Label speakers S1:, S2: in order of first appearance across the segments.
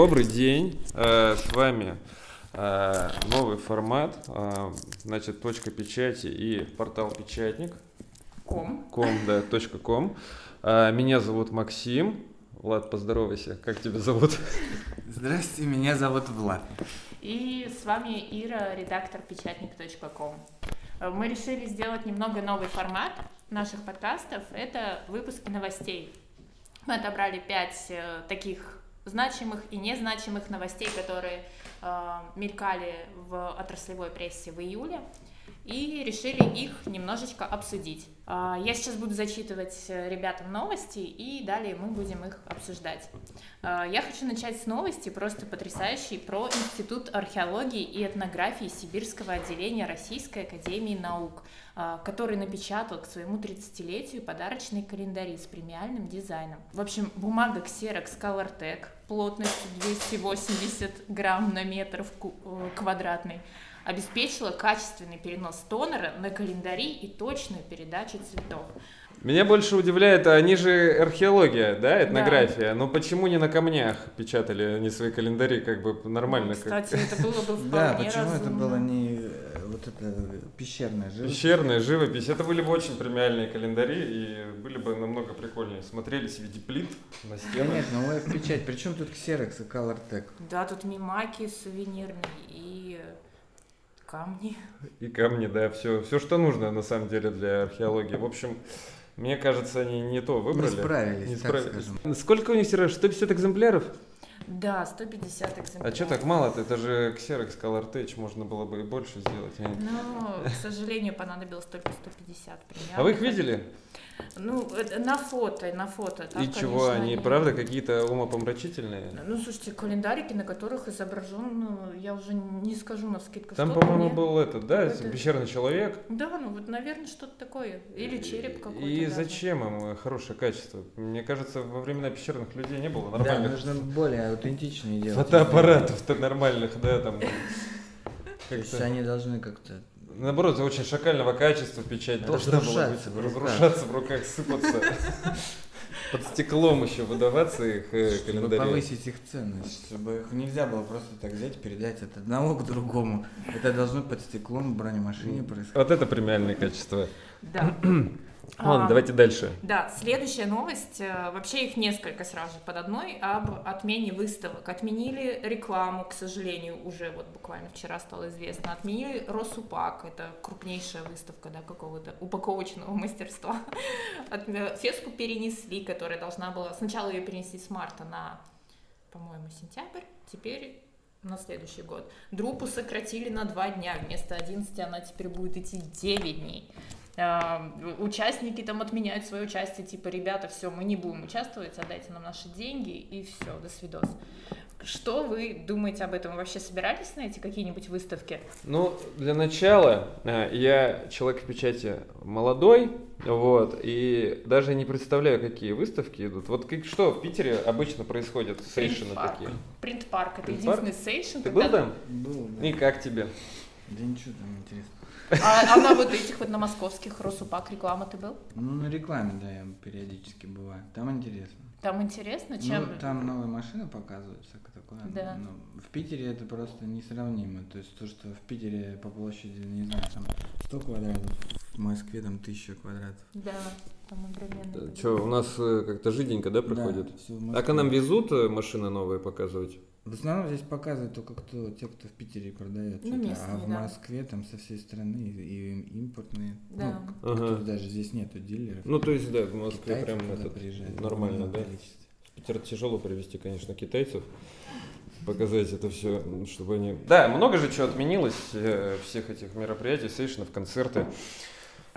S1: Добрый день, Э, с вами э, новый формат, э, значит, точка печати и портал печатник,
S2: Ком.
S1: ком, да, точка ком. Э, Меня зовут Максим. Влад, поздоровайся, как тебя зовут?
S3: Здрасте, меня зовут Влад.
S2: И с вами Ира, редактор печатник.ком. Э, Мы решили сделать немного новый формат наших подкастов. Это выпуски новостей. Мы отобрали пять э, таких значимых и незначимых новостей, которые э, мелькали в отраслевой прессе в июле, и решили их немножечко обсудить. А, я сейчас буду зачитывать э, ребятам новости, и далее мы будем их обсуждать. А, я хочу начать с новости, просто потрясающей, про Институт археологии и этнографии Сибирского отделения Российской Академии Наук, а, который напечатал к своему 30-летию подарочные календари с премиальным дизайном. В общем, бумага Xerox ColorTech плотностью 280 грамм на метр в ку- э, квадратный обеспечила качественный перенос тонера на календари и точную передачу цветов.
S1: Меня больше удивляет, а они же археология, да, этнография, но почему не на камнях печатали они свои календари, как бы нормально, как
S2: Ну, Кстати, это было бы вполне
S3: Да, почему это
S2: разумно.
S3: было не э, вот это э, пещерная живопись?
S1: Пещерная живопись. Это были бы очень премиальные календари и были бы намного прикольнее. Смотрелись в виде плит на стенах.
S3: Конечно, ну в печать. Причем тут Xerox и ColorTech?
S2: Да, тут мимаки сувенирные и э, камни.
S1: И камни, да, все, все, что нужно на самом деле для археологии. В общем, мне кажется, они не то
S3: Мы
S1: выбрали.
S3: справились,
S1: Не
S3: так
S1: справились.
S3: скажем.
S1: Сколько у них тираж? 150 экземпляров?
S2: Да, 150 экземпляров.
S1: А что так мало-то? Это же Xerox Color Touch, можно было бы и больше сделать. Я не-
S2: Ну, к сожалению, понадобилось только 150 примерно.
S1: А вы их видели?
S2: Ну, это на фото, на фото. Там,
S1: и чего,
S2: конечно,
S1: они правда какие-то умопомрачительные?
S2: Ну, слушайте, календарики, на которых изображен, ну, я уже не скажу на скидку.
S1: Там,
S2: что
S1: по-моему,
S2: мне.
S1: был этот, да,
S2: Какой-то-
S1: пещерный человек.
S2: Да, ну вот, наверное, что-то такое. Или
S1: И-
S2: череп какой-то.
S1: И
S2: даже.
S1: зачем им хорошее качество? Мне кажется, во времена пещерных людей не было
S3: Да, ну,
S1: нормальных
S3: нужно более аутентичные делать.
S1: фотоаппаратов-то нормальных, да, там.
S3: То есть
S1: как-то.
S3: они должны как-то...
S1: Наоборот, очень шакального качества печать должна была быть.
S3: Разрушаться в руках.
S1: Разрушаться в руках, сыпаться. Под стеклом еще выдаваться их э,
S3: Чтобы
S1: календари.
S3: повысить их ценность, чтобы их нельзя было просто так взять, передать от одного к другому. Это должно под стеклом в бронемашине происходить.
S1: Вот это премиальное качество.
S2: Да.
S1: Ладно,
S2: А,
S1: давайте дальше.
S2: Да, следующая новость, э, вообще их несколько сразу же под одной, об отмене выставок. Отменили рекламу, к сожалению, уже вот буквально вчера стало известно. Отменили Росупак, это крупнейшая выставка да, какого-то упаковочного мастерства. От- э, Феску перенесли, которая должна была... Сначала ее перенесли с марта на, по-моему, сентябрь, теперь на следующий год. Друпу сократили на два дня, вместо 11 она теперь будет идти 9 дней. А, участники там отменяют свое участие, типа, ребята, все, мы не будем участвовать, отдайте нам наши деньги, и все, до свидос. Что вы думаете об этом? Вы вообще собирались на эти какие-нибудь выставки?
S1: Ну, для начала, э, я человек в печати молодой, вот, и даже не представляю, какие выставки идут. Вот как- что в Питере обычно происходит, сейшины
S2: Парк.
S1: такие.
S2: Принт-парк — это
S1: Принт-парк?
S2: единственный сейшн,
S1: Ты
S2: когда-
S1: был там?
S3: Было, да.
S1: Э, И как тебе?
S3: Да ничего там интересного.
S2: А, а на вот этих вот на московских Росупак реклама ты был?
S3: Ну, на рекламе, да, я периодически бываю. Там интересно.
S2: Там интересно, чем...
S3: Ну, там новые машины показывают, всякое такое.
S2: Да.
S3: Ну, в Питере это просто несравнимо. То есть то, что в Питере по площади, не знаю, там 100 квадратов, в Москве там 1000 квадратов.
S2: Да, там одновременно.
S1: Че, у нас э, как-то жиденько, да, проходит?
S3: Да, всё в
S1: А
S3: Москве.
S1: к нам везут э, машины новые показывать?
S3: В основном здесь показывают только кто, те, кто в Питере продает.
S2: Ну,
S3: что-то. а
S2: местные,
S3: в
S2: да.
S3: Москве там со всей страны и, и импортные.
S2: Да.
S3: Ну,
S1: Ага.
S3: кто даже здесь нету дилеров.
S1: Ну, то есть, да, в Москве
S3: Китайцы
S1: прям
S3: туда
S1: этот,
S3: приезжают в
S1: нормально,
S3: огромном
S1: да?
S3: количестве.
S1: В Питер тяжело привести, конечно, китайцев, показать это все, чтобы они... Да, много же чего отменилось, э, всех этих мероприятий, сейшенов, концерты.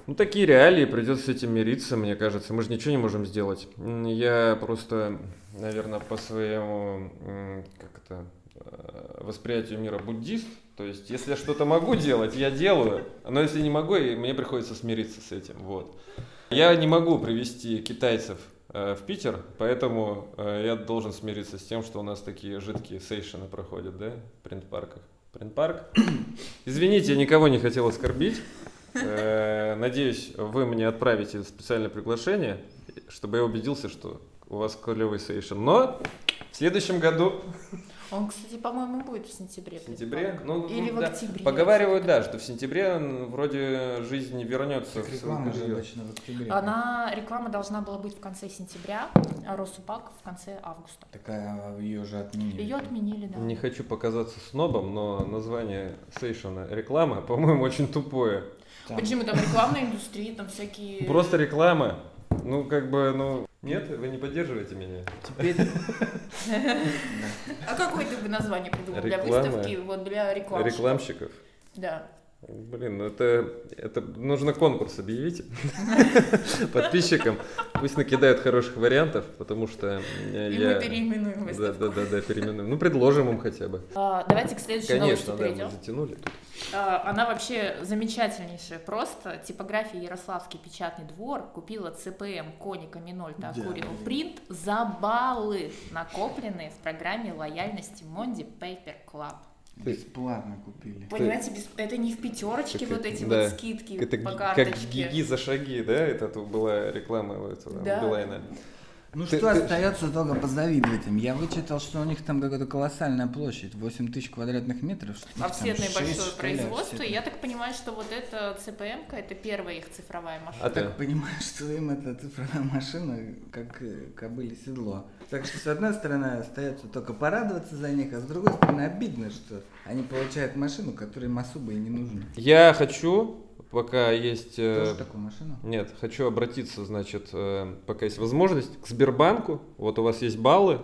S1: Ну, такие реалии, придется с этим мириться, мне кажется. Мы же ничего не можем сделать. М, Я просто, наверное, по своему, м, как это, э, восприятию мира буддист. То есть, если я что-то могу делать, я делаю. Но если не могу, и мне приходится смириться с этим. Вот. Я не могу привести китайцев э, в Питер, поэтому э, я должен смириться с тем, что у нас такие жидкие сейшины проходят, да, в принт-парках. Принт-парк. Извините, я никого не хотел оскорбить. Э, Надеюсь, вы мне отправите специальное приглашение, чтобы я убедился, что у вас клевый сейшн. Но В следующем году
S2: Он, кстати, по-моему, будет в сентябре.
S1: В сентябре? Ну,
S2: Или
S1: ну,
S2: в
S1: да.
S2: октябре.
S1: Поговаривают, да, что в сентябре м, вроде жизнь вернется
S3: Так
S1: в свою
S3: реклама же
S1: колею.
S3: обычно в октябре.
S2: Она, реклама должна была быть в конце сентября, а Росупак в конце августа.
S3: Такая ее же отменили.
S2: Ее отменили, да.
S1: Не хочу показаться снобом, но название сейшена реклама, по-моему, очень тупое.
S3: Там-
S2: Почему там рекламная индустрия, там всякие...
S1: Просто реклама. Ну, как бы, ну... Нет, вы не поддерживаете меня.
S3: Теперь
S2: А какое ты бы название придумал для
S1: Реклама.
S2: выставки, вот для рекламы?
S1: Рекламщиков.
S2: Да.
S1: Блин, ну это, это нужно конкурс объявить подписчикам. Пусть накидают хороших вариантов, потому что э,
S2: И
S1: я...
S2: мы переименуем
S1: да,
S2: выставку.
S1: да, да, да, переименуем. Ну, предложим им хотя бы.
S2: А, давайте к следующей
S1: Конечно, да,
S2: новости
S1: мы
S2: перейдем.
S1: затянули.
S2: А, Она вообще замечательнейшая. Просто типография Ярославский печатный двор купила ЦПМ Коника Минольта
S3: Да.
S2: Акурину принт за баллы, накопленные в программе лояльности Монди Paper Club.
S3: бесплатно купили.
S2: Понимаете, без- это не в пятерочке
S1: Так,
S2: вот эти
S1: да.
S2: вот скидки
S1: Это
S2: по
S1: г- как
S2: карточке.
S1: гиги за шаги, да? Это тут была реклама у этого
S2: Да.
S1: Билайна.
S3: Ну
S1: Ты-
S3: что
S1: ты-
S3: остается только позавидовать им. Я вычитал, что у них там какая-то колоссальная площадь, 8 тысяч квадратных метров. что ли, там
S2: Обследное
S3: шесть,
S2: большое
S3: что ли,
S2: производство.
S3: обследное.
S2: Я так понимаю, что вот эта ЦПМ-ка это первая их цифровая машина.
S1: А
S3: Я
S1: ты
S3: так понимаю, что им эта цифровая машина как э, кобыле седло. Так что с одной стороны остается только порадоваться за них, а с другой стороны обидно, что они получают машину, которая им особо и не нужна.
S1: Я хочу, пока есть... э,
S3: Тоже такую машину?
S1: Нет, хочу обратиться, значит, э, пока есть возможность, к Сбербанку. Вот у вас есть баллы.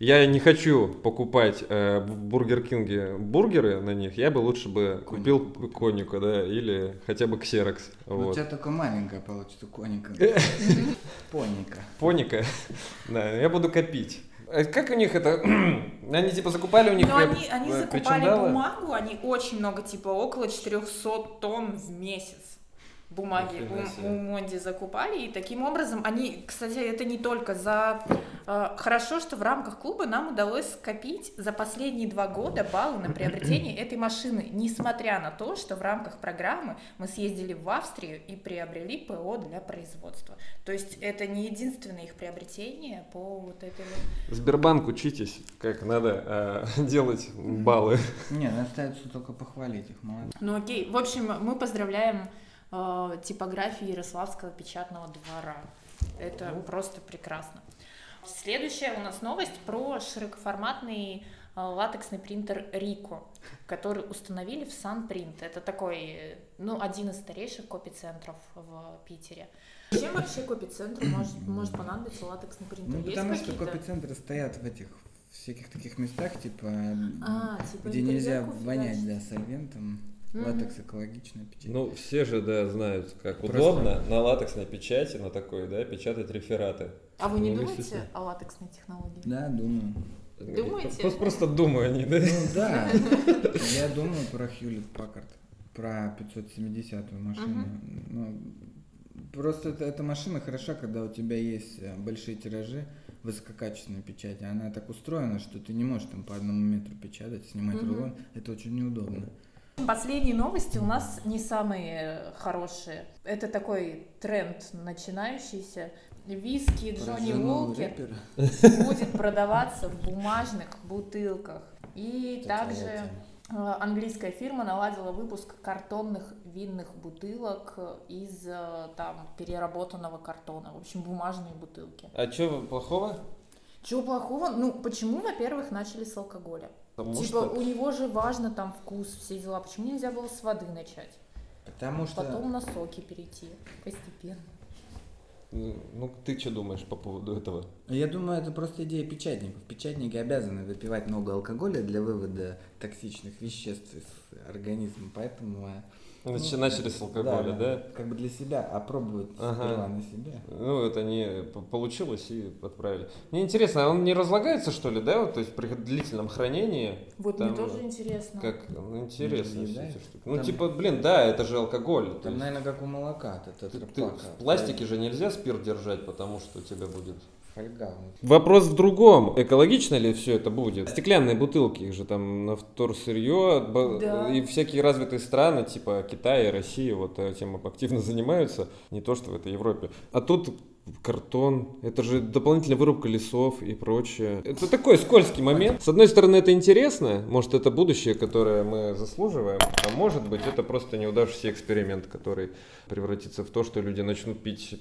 S1: Я не хочу покупать э, в Бургер Кинге бургеры на них. Я бы лучше бы
S3: Коника.
S1: купил коника, да, или хотя бы ксерокс.
S3: Ну, У
S1: Вот.
S3: тебя только маленькая получится коника. Поника.
S1: Поника. Да, я буду копить. А Как у них это? Они типа закупали у них
S2: Но
S1: э,
S2: Ну, они, они
S1: э,
S2: закупали
S1: причиндалы?
S2: бумагу, они очень много, типа около 400 тонн в месяц бумаги
S1: Нифига
S2: у-
S1: себе.
S2: у, Монди закупали. И таким образом они, кстати, это не только за... э, хорошо, что в рамках клуба нам удалось скопить за последние два года баллы на приобретение этой машины, несмотря на то, что в рамках программы мы съездили в Австрию и приобрели ПО для производства. То есть это не единственное их приобретение по вот этой вот
S1: Сбербанк, учитесь, как надо э, делать баллы.
S3: Не, ну, остается только похвалить их, молодцы.
S2: Ну окей, в общем, мы поздравляем э, типографию Ярославского печатного двора. Это
S3: Ну.
S2: просто прекрасно. Следующая у нас новость про широкоформатный э, латексный принтер Рико, который установили в Санпринт. Это такой, э, ну, один из старейших копицентров в Питере. Чем вообще копицентру может, может понадобиться латексный принтер?
S3: Ну,
S2: Есть
S3: потому что
S2: какие-то?
S3: копицентры стоят в этих всяких таких местах, типа,
S2: А, типа
S3: где нельзя
S2: интерьерку
S3: вонять,
S2: фигачить.
S3: да, сольвентом.
S2: Мгм.
S3: Латекс экологичная печать.
S1: Ну, все же, да, знают, как
S3: Просто.
S1: удобно на латексной печати, на такой, да, печатать рефераты.
S2: А вы не
S1: Ну,
S2: думаете
S1: естественно.
S2: о латексной технологии?
S3: Да, думаю.
S2: Думаете?
S1: Просто, просто думаю они, да?
S3: Ну да, я думаю про Хьюлит Паккарт, про 570-ю машину. Ну, Просто это- эта машина хороша, когда у тебя есть э, большие тиражи высококачественной печати. Она так устроена, что ты не можешь там по одному метру печатать, снимать
S2: Мгм.
S3: рулон. Это очень неудобно.
S2: Последние новости у нас не самые хорошие. Это такой тренд начинающийся. Виски Джонни
S3: Про жену
S2: Уолкер
S3: рэпера.
S2: будет продаваться в бумажных бутылках. И
S3: Это
S2: также
S3: я
S2: э,
S3: тем.
S2: английская фирма наладила выпуск картонных винных бутылок из э, там переработанного картона. В общем, бумажные бутылки.
S1: А что плохого?
S2: Чего плохого? Ну, почему, во-первых, начали с алкоголя?
S1: Потому
S2: типа,
S1: что
S2: у него же важно там вкус, все дела. Почему нельзя было с воды начать?
S3: Потому что
S2: Потом на соки перейти постепенно.
S1: Ну, ну, ты что думаешь по поводу этого?
S3: Я думаю, это просто идея печатников. Печатники обязаны выпивать много алкоголя для вывода токсичных веществ из организма, поэтому... э,
S1: Нач-
S3: ну,
S1: Начали с алкоголя, да?
S3: Как бы для себя, опробовать
S1: Ага.
S3: сперва на себя.
S1: Ну, это не п- получилось и отправили. Мне интересно, а он не разлагается, что ли, да? Вот, то есть при длительном хранении?
S2: Вот
S1: Там,
S2: мне тоже
S1: э,
S2: интересно.
S1: Как ну, интересно
S3: Ну,
S1: все
S3: да.
S1: эти штуки. Ну,
S3: Там-
S1: типа, блин, да, это же алкоголь. то
S3: Там,
S1: есть
S3: наверное, как у молока, это
S1: ты- ты-
S3: тетрапака.
S1: в пластике же нельзя спирт держать, потому что у тебя будет
S3: Фольга. вот.
S1: Вопрос в другом. Экологично ли все это будет? Стеклянные бутылки, их же там на вторсырье б-
S2: Да.
S1: и всякие развитые страны, э, типа Китая и России, вот этим активно занимаются, не то что в этой Европе. А тут картон, это же дополнительная вырубка лесов и прочее. Это такой скользкий момент. С одной стороны, это интересно, может, это будущее, которое мы заслуживаем, а может быть, это просто неудавшийся эксперимент, который превратится в то, что люди начнут пить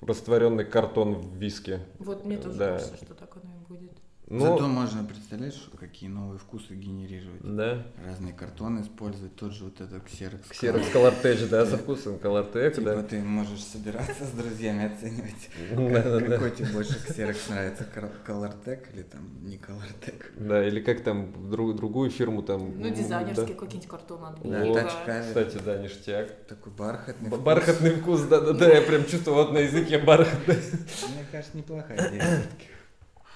S1: растворенный картон в виске.
S2: Вот мне тоже
S1: Да.
S2: кажется, что так оно и будет.
S1: Ну,
S3: Зато можно, представляешь, что какие новые вкусы генерировать.
S1: да.
S3: Разные картоны использовать, тот же вот этот ксерокс.
S1: Ксерокс Colortech, да, со вкусом Colortech,
S3: Типа
S1: да.
S3: ты можешь собираться с друзьями оценивать,
S1: Да-да-да.
S3: как- какой тебе больше ксерокс нравится, колортек или там не колортек.
S1: Да, или как там друг- другую фирму там.
S2: Ну,
S1: м, да.
S2: дизайнерский какие-нибудь картон от
S1: Да,
S2: Бога.
S3: тачками,
S1: Кстати, да, ништяк.
S3: такой бархатный.
S1: Б-
S3: вкус.
S1: Бархатный вкус, да-да-да, я прям чувствую вот на языке бархатный.
S3: Мне кажется, неплохая идея.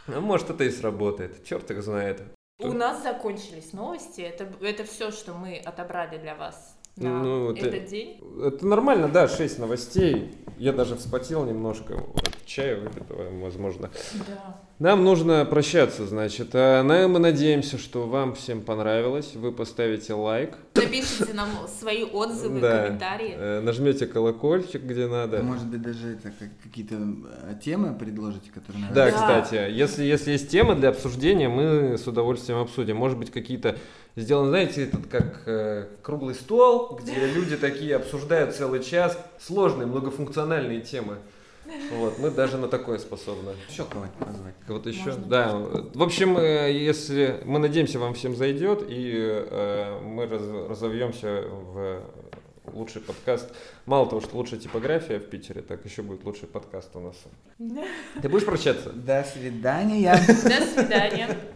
S1: Ну, может, это и сработает, черт их знает.
S2: У нас закончились новости. Это, это все, что мы отобрали для вас на
S1: Ну, вот
S2: этот
S1: и-
S2: день.
S1: Это нормально, да, 6 новостей. Я даже вспотел немножко от чая выпитого, возможно.
S2: Да.
S1: Нам нужно прощаться, значит. А на- мы надеемся, что вам всем понравилось. Вы поставите лайк.
S2: Напишите нам свои отзывы,
S1: Да.
S2: комментарии.
S1: Э, Нажмете колокольчик, где надо.
S3: Может быть, даже это как- какие-то э, темы предложите, которые
S1: Да,
S2: Да.
S3: нравятся.
S1: кстати, если, если есть тема для обсуждения, мы с удовольствием обсудим. Может быть, какие-то сделаны, знаете, этот как э, круглый стол, где люди такие обсуждают целый час сложные, многофункциональные темы. Вот, мы даже на такое способны.
S3: Еще кого-нибудь позвать.
S1: Кого-то еще?
S2: Можно.
S1: Да. В общем, э, если мы надеемся, вам всем зайдет, и э, мы раз- разовьемся в лучший подкаст. Мало того, что лучшая типография в Питере, так еще будет лучший подкаст у нас. Ты будешь прощаться?
S3: До свидания.
S2: До свидания.